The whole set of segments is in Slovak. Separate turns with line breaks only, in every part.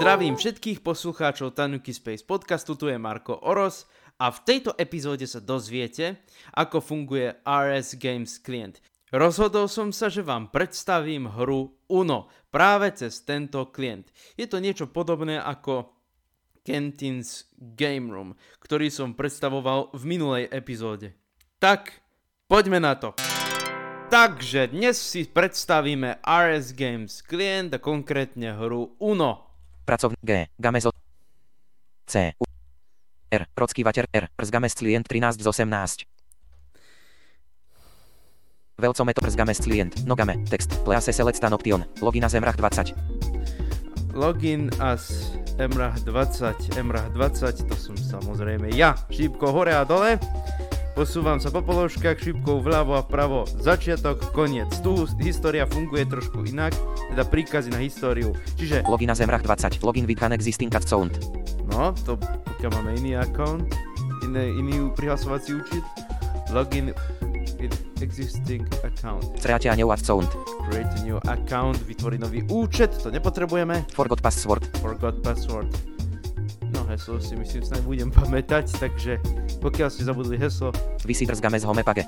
Zdravím všetkých poslucháčov Tanuki Space podcastu, tu je Marko Oros a v tejto epizóde sa dozviete, ako funguje RS Games klient. Rozhodol som sa, že vám predstavím hru Uno práve cez tento klient. Je to niečo podobné ako Kentins Game Room, ktorý som predstavoval v minulej epizóde. Tak, poďme na to. Takže dnes si predstavíme RS Games klient a konkrétne hru Uno.
Pracovný G. Gamezo. C. U. R. Rocky Vater R. Rzgames klient 13 z 18. Veľcometo Rzgames klient. Nogame. Text. Please select stan option. Logina Zemrach 20.
Login as Emrah 20, Emrah 20, to som samozrejme ja. Šípko hore a dole. Posúvam sa po položkách šípkou vľavo a vpravo. Začiatok, koniec. Tu história funguje trošku inak, teda príkazy na históriu. Čiže,
Logina Zemrach 20. Login with an existing account.
no, to pokiaľ máme iný account, iné, iný prihlasovací účet, login with existing account.
Create a new account.
Create a new account, vytvoriť nový účet, to nepotrebujeme.
Forgot password.
Forgot password. No heslo si myslím snáď budem pamätať, takže pokiaľ ste zabudli heslo,
Visit Rzgames homepage.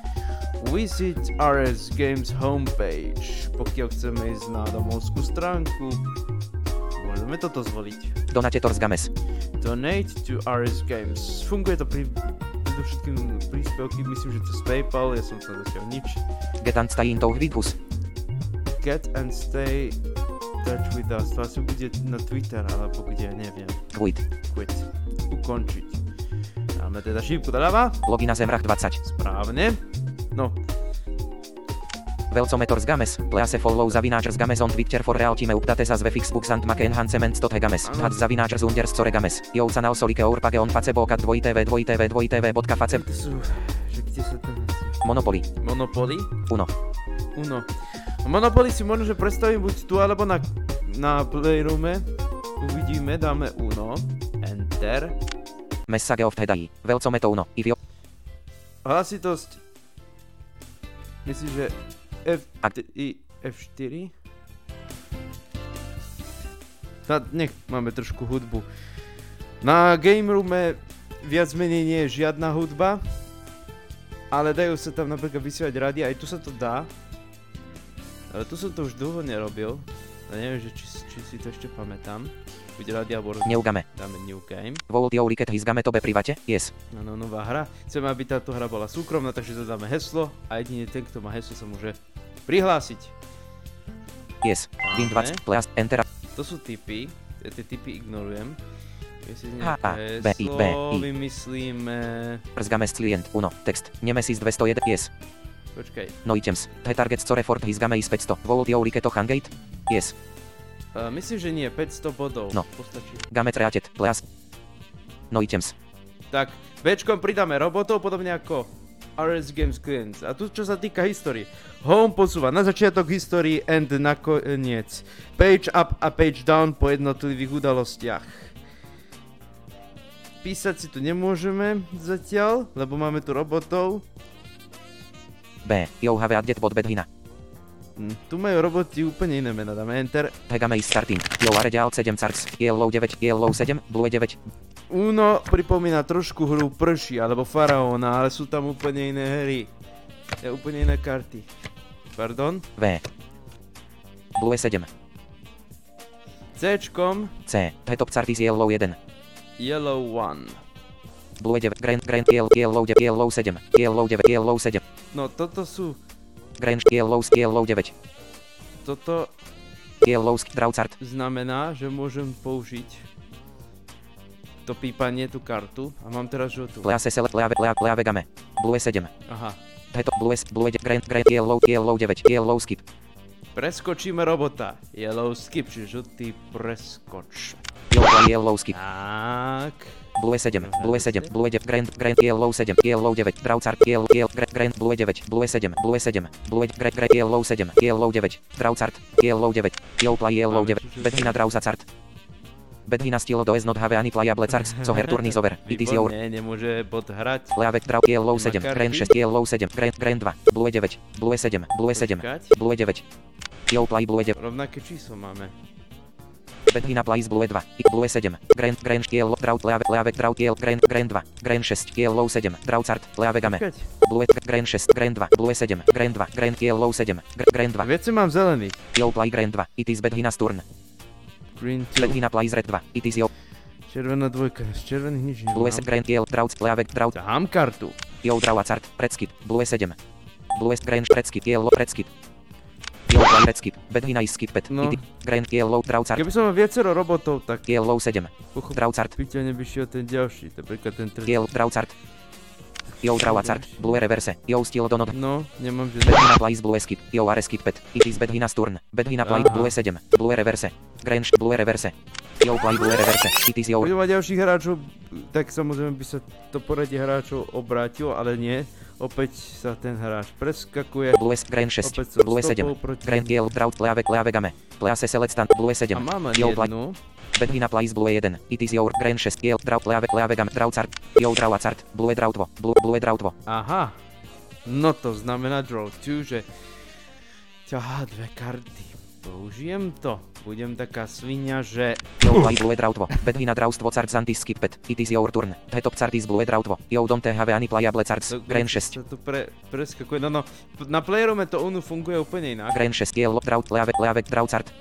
visit RS Games homepage. Pokiaľ chceme ísť na domovskú stránku, môžeme toto zvoliť.
Donate to Rzgames.
Donate to RS Games. Funguje to pri predovšetkým príspevky, myslím, že cez PayPal, ja som sa zatiaľ nič.
Get and stay in touch with us.
Get and stay touch with us. To asi bude na Twitter, alebo kde, neviem.
Quit.
Quit. Ukončiť. Dáme teda šípku doľava.
Logina Zemrach 20.
Správne. No,
Veľcometo Rzgames. Please follow zavináč Rzgames on Twitter for real time update as ve Fixbooks and make enhancements dot Games.
Áno.
Had zavináč z underscore Games. Jo sa naosolike urpage on facebook at dvojtv dvojtv dvojtv bodka face.
to sú, že kde sa to nazýva?
Monopoly.
Monopoly?
Uno.
Uno. Monopoly si možno, že predstavím buď tu, alebo na, na Playroome. Uvidíme, dáme Uno. Enter.
Message of Hedai. Veľcometo teda Uno. If you...
Hlasitosť. Myslím, že F,
Ak-
t- i, F4. Na, nech máme trošku hudbu. Na Game Roome viac menej nie je žiadna hudba, ale dajú sa tam napríklad vysielať rady, aj tu sa to dá. Ale tu som to už dlho nerobil. A neviem, že či, či si to ešte pamätám. Buď rady, alebo roz-
Neugame.
dáme New Game.
Vold your liket his game tobe private. Yes.
Áno, No, nová hra. Chceme, aby táto hra bola súkromná, takže zadáme heslo a jedine ten, kto má heslo, sa môže prihlásiť.
Yes. Win 20. Please enter.
To sú typy, E, tie typy ignorujem. Je si
Ha,
nejaké
B, I,
heslo,
B, I.
vymyslíme...
Rzgames klient. Uno. Text. Nemesis 201. Yes.
Počkaj,
No items. The target store for his game is 500. Vold your liket hangate. Yes.
e, myslím, že nie, 500 bodov.
No.
Postačí.
Game treated. Please. No items.
Tak, Bčkom pridáme robotov, podobne ako RS Games Clients. A tu, čo sa týka histórie. Home posúva na začiatok histórie and na koniec. Page up a page down po jednotlivých udalostiach. Písať si tu nemôžeme zatiaľ, lebo máme tu robotov.
B. You have added bot bedhina.
Hm, tu majú roboti úplne iné mená, dáme Enter.
Hegame is starting. You are ready out 7 cards. Yellow 9. Yellow 7. Blue 9.
Uno pripomína trošku hru Prši alebo Faraóna, ale sú tam úplne iné hry. Ja, úplne iné karty. Pardon.
V. Blue 7.
Cčkom
C. The top card is yellow 1.
Yellow One.
Blue 9. Grand. Grand. Yellow. Yellow 9. Yellow 7. Yellow 9. Yellow 7.
No toto sú,
Grand. Yellow. Yellow 9.
toto
Yellow. Draw card.
znamená, že môžem použiť to pípanie, tú kartu a mám teraz žltú.
Please select. Pleave. Pleave. Pleave game. Blue 7.
Aha,
The top blue. Blue 9. Grand. Grand. Yellow. Yellow 9. Yellow skip.
preskočíme robota. Yellow skip, čiže žltý preskoč.
Yellow. Yellow skip.
Tak,
Blue 7. Blue 7. Blue 9. Grand. Grand. E Yellow 7. Yellow 9. Draw E card. Yellow. Yellow. Grand. Grand. Blue 9. Blue 7. Blue 7. Blue 8. Grand. E Grand. Yellow 7. Yellow 9. Draw E card. Yellow 9. Yellow play. Yellow 9. Bedhina draw za card. Bedhina stilo do S not have any playable cards. So her turn is over. It is your.
výborne, nemôže bod hrať.
Leavek draw E Yellow 7. Grand E 6. Yellow 7. Grand. Grand 2. Blue 9. Blue 7. Blue 7.
Počkať.
Blue E 9. Yellow play. Blue 9.
Rovnaké číslo máme.
Bedhy na Plays Blue 2. I Blue 7. Grand Grand Kiel Draut Leave Leave Draut Kiel Grand Grand 2. Grand 6 Kiel Low 7. Draucart Leave Game.
Počkať.
Blue E, Grand 6 Grand 2. Blue 7. Grand 2. Grand Kiel Low 7. Gr- Grand 2.
Veci mám zelený.
Kiel Play Grand 2. It is Bedhy na Sturn.
Green 2.
Bedhy na Plays Red 2. It is Yo.
Červená dvojka. Z červených nič
Blue
nemám.
7 Grand Kiel Draut Leave Draut
Ťahám kartu.
Yo Draucart Predskip. Blue 7. Blue E, Grand Predskip Kiel Low Predskip. Kiel Play Predskip. Bedhy na Skip Pet.
No.
It Grand Kiel Low Draucart.
Keby som mal viacero robotov, tak
Kiel Low 7.
pochopiteľne
Draucart.
by šiel ten ďalší, napríklad ten tretí.
Kiel Draucart. Yo Draucart. Blue Reverse. Yo Steel Donod.
No, nemám žiadne.
Bedhina plays blue skip, yo are skip pet, it is bedhina turn, bedhina play
Aha.
blue 7, blue reverse, grange blue reverse, yo play blue reverse, it is yo,
Budem mať ďalších hráčov, tak samozrejme by sa to poradie hráčov obrátilo, ale nie. Opäť sa ten hráč preskakuje.
blue s grange 6,
Opäť som
blue
stopol
7,
proti.
grand yellow drought leave leave game, plase select stand blue 7,
A máme
yo play,
jednu.
bedhina plays blue 1, it is your grange 6, yellow drought leave leave game, drought art, yo drought art, blue drought vo, blue, blue E drought vo,
Aha. No to znamená draw 2, že ťahá dve karty. Použijem to. Budem taká svinia, že...
yo play blue E drought vo, bedhina drought vo cart zanti skip pet, it is your turn, tetop cart is blue drought vo, yo don't have any playable cards, grand 6.
Sa to pre, preskakuje. No, no. p- Na playerome to onu funguje úplne inak.
Grain 6 Yellow Drought Leave Leave Draucart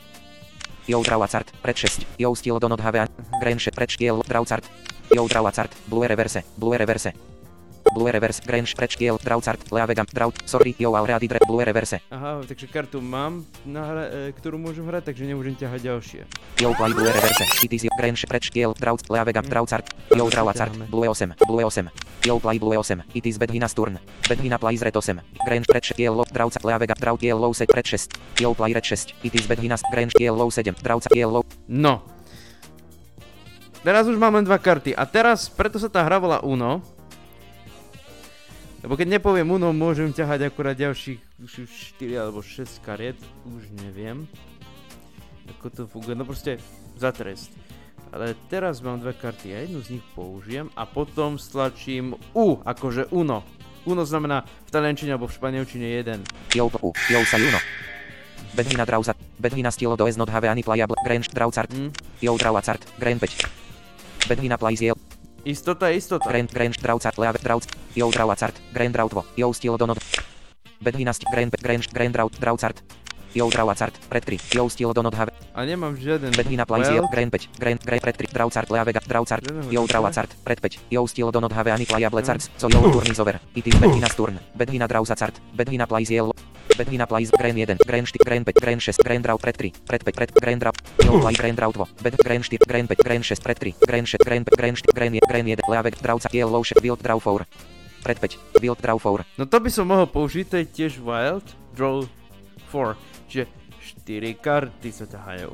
Yo Draucart Red 6 Yo Steel Donut Havean Grain 6 Red Yellow Draucart Yo Draucart Blue Reverse Blue Reverse Blue Reverse Grain 6 Red Yellow Draucart Leave Gam Draut Sorry Yo Already Dre Blue Reverse
Aha, takže kartu mám, na hra, e, ktorú môžem hrať, takže nemôžem ťahať ďalšie.
Yo Play Blue Reverse It is Grain 6 Red Yellow Draut Leave Gam Draucart Yo Draucart Blue 8 Blue 8 Yo Play Blue 8 It is Bedhina Sturn Bedhina Play Red 8 Grain 6 Yellow Draucart Leave Gam Draut Yellow 7 Red 6 Yo Play Red 6 It is Bedhina Grain Yellow 7 Draucart Yellow
No. Teraz už mám len dva karty a teraz, preto sa tá hra volá Uno. Lebo keď nepoviem Uno, môžem ťahať akurát ďalších 4 alebo 6 kariet, už neviem. Ako to funguje, no proste za trest. Ale teraz mám dve karty a jednu z nich použijem a potom stlačím U, akože Uno. Uno znamená v taliančine alebo v španielčine jeden.
Yo, u, yo, sayuno. Bedhina drauza, bedhina stilo do not have any playable, grange draucart,
Hm?
yo draucart, grain 5. Bedhina plays yel,
Istota je istota.
grain, grange draucart, leave drauc, yo draucart, grain drautvo, yo stilo do not. Bedhina st, grain, grange, grain draut, draucart, yo draucart, red 3, yo stilo do not have,
A nemám žiaden
bedhina plays yel, grain 5, grain, grain, red 3, draucart, leave, draucart, yo draucart, red 5, yo stilo do not have any playable cards, so yo turn is over, it is bedhina turn, bedhina drauzacart, bedhina plays yel, Bedhina plays Grain 1, Grain 4, Grain 5, Grain 6, Grain Draw pred 3, pred 5, pred Grain Draw, Yo play Grain Draw 2, Bed Grain 4, Grain 5, Grain 6, pred 3, Grain 6, Grain 5, Grain 4, Grain 1, Grain 1, Leavek Drawca, Yellow 6, Wild Draw 4, pred 5, Wild Draw 4,
No to by som mohol použiť, to je tiež Wild Draw 4, čiže 4 karty sa ťahajú.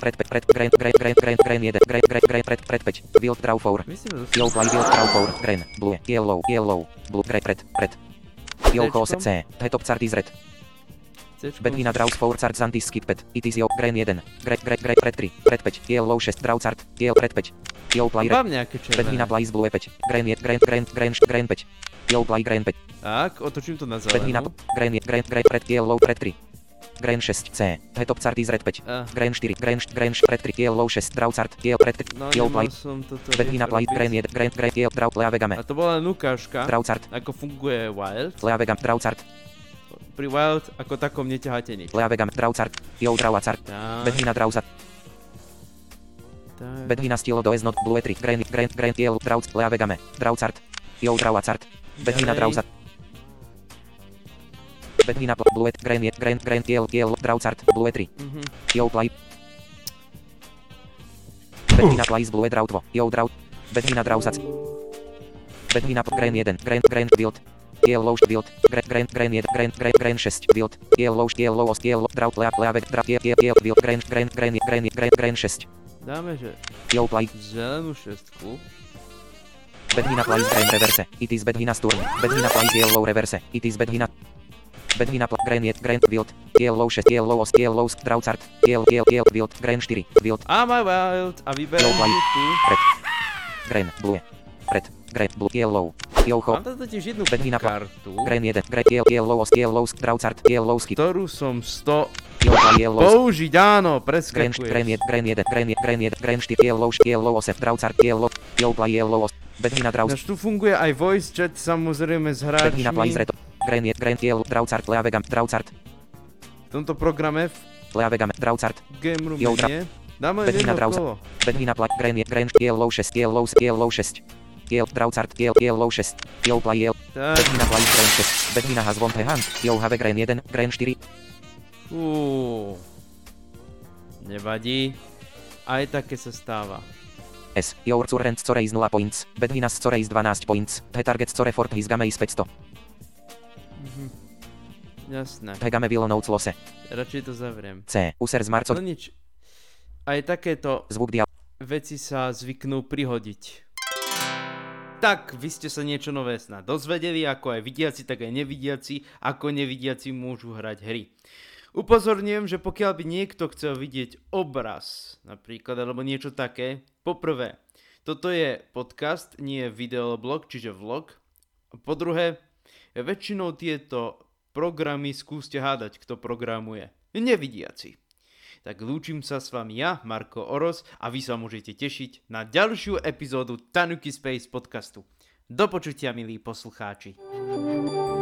pred 5, pred Grain, Grain, Grain, Grain, Grain 1, Grain, Grain, Grain, pred, pred 5, Wild Draw 4,
Myslím, že
Yo
zase...
play Wild Draw 4, Grain, Blue, Yellow, Yellow, Blue, Grain, red, red. Yo
Tečkom.
Cos C, Tetop Cardis Red,
Cčko-
Bedhina Draws 4, Card Zantis Skip Pet, It is Yo, Grain 1, Grain, Grain, Grain, pred 3, pred 5, Yellow 6, Draw Card, Yellow pred 5, Yo play Red,
Mám nejaké červené.
Bedhina Blaze Blue 5. Grain je Grain Grain Grain Grain 5. Yo Blay Grain 5.
Tak, otočím to no. na
Bedhina
zelenú.
Grain je Grain Grain Red Yellow Red 3. Grain 6 C. Hetop Cardis Red 5.
Ah,
Grain 4 Grain Grain Red 3 Yellow 6 Draw Card Yellow Red 3.
no
Yo
nemal
Blay.
som toto...
Bedhina Blay
robiť.
Grain je Grain Grain Yellow Draw
A
Leavegame.
to bola len ukážka,
Draw Card
ako funguje Wild.
Leavegam Draw Card
Pri Wild ako takom neťaháte nič.
Leavegam Draw Card Yo Draw Card.
Tak,
Bedhina Drauzat,
tak.
Bedhina Stilo do Eznot, Blue E 3, Grain, Grain, Grain, Yellow, Drauz, Leavegame, Drauzart, Yo Drauzart, Bedhina
Ďalej.
Drauzat, Bedhina Pl- Blue, E Grain, Grain, Grain, Yellow, Yellow, Drauzart, Blue E 3,
Mhm.
Yo play. Bedhina plays blue draw 2. Yo draw. Bedhina drauzac. Bedhina p- grain 1. Grain grain wild. Yellow wild. Grain grain grain 1. Grain grain grain 6 wild. Yellow yellow os yellow draw leap leavek draw ye ye ye wild. Grain grain grain grain grain grain 6.
Dáme, že
Yo play.
zelenú šestku.
Bedhina plays grain reverse. It is Bedhina turn. Bedhina plays yellow reverse. It is Bedhina. Bedhina pl- grain 1. Grain wild. Yellow 6 yellow os yellow drauzart. Yellow yellow wild. Grain 4 wild.
A my Wild a vyberám
Yo, play.
si tu.
Red. Green, blue. Red, green, blue, yellow. Joho.
Mám tam totiž jednu
Bedhina pla-
kartu,
Green 1, green, yellow, yellow, yellow, draucart, yellow, skip.
ktorú som 100
Yellow 2, Yellow
Použiť, áno,
Grain, grain,
preskakuje.
jed- grain, jed- grain, jed- grain, jed- grain, štyr, yellow, š- yellow, osem, draucar, yellow, yellow, play, yellow, os- bedhina, draus,
Znaš, tu funguje aj voice chat samozrejme s
bedhina, play,
hráčmi.
zreto, grain, jed- grain, yellow, draucar, leavegam, draucar,
V tomto programe v
leavegam, draucar,
Game Room
Jo, dra-
nie. Dáme len
bedhina,
jedno
draus,
kolo.
bedhina, play, grain, jed- grain, yellow, šesť, yellow, s- yellow, šesť, yellow, draucar, yellow, yellow, šesť, yellow, play, yellow,
Tak,
bedhina, play, grain, šesť, bedhina, has one hand, yellow, have grain, jeden, grain, štyri,
uú. Nevadí. Aj také sa stáva.
S. Your current score is 0 points. Bedhina score is 12 points. The target score for his game is 500.
Jasné.
The game will note lose.
Radšej to zavriem.
C. User z Marco.
No nič. Aj takéto
Zvuk dia.
veci sa zvyknú prihodiť. Tak, vy ste sa niečo nové snad dozvedeli, ako aj vidiaci, tak aj nevidiaci, ako nevidiaci môžu hrať hry. Upozorňujem, že pokiaľ by niekto chcel vidieť obraz, napríklad, alebo niečo také, poprvé, toto je podcast, nie videoblog, čiže vlog. Po druhé, väčšinou tieto programy skúste hádať, kto programuje. Nevidiaci. Tak lúčim sa s vami ja, Marko Oros, a vy sa môžete tešiť na ďalšiu epizódu Tanuki Space podcastu. Do počutia, milí poslucháči.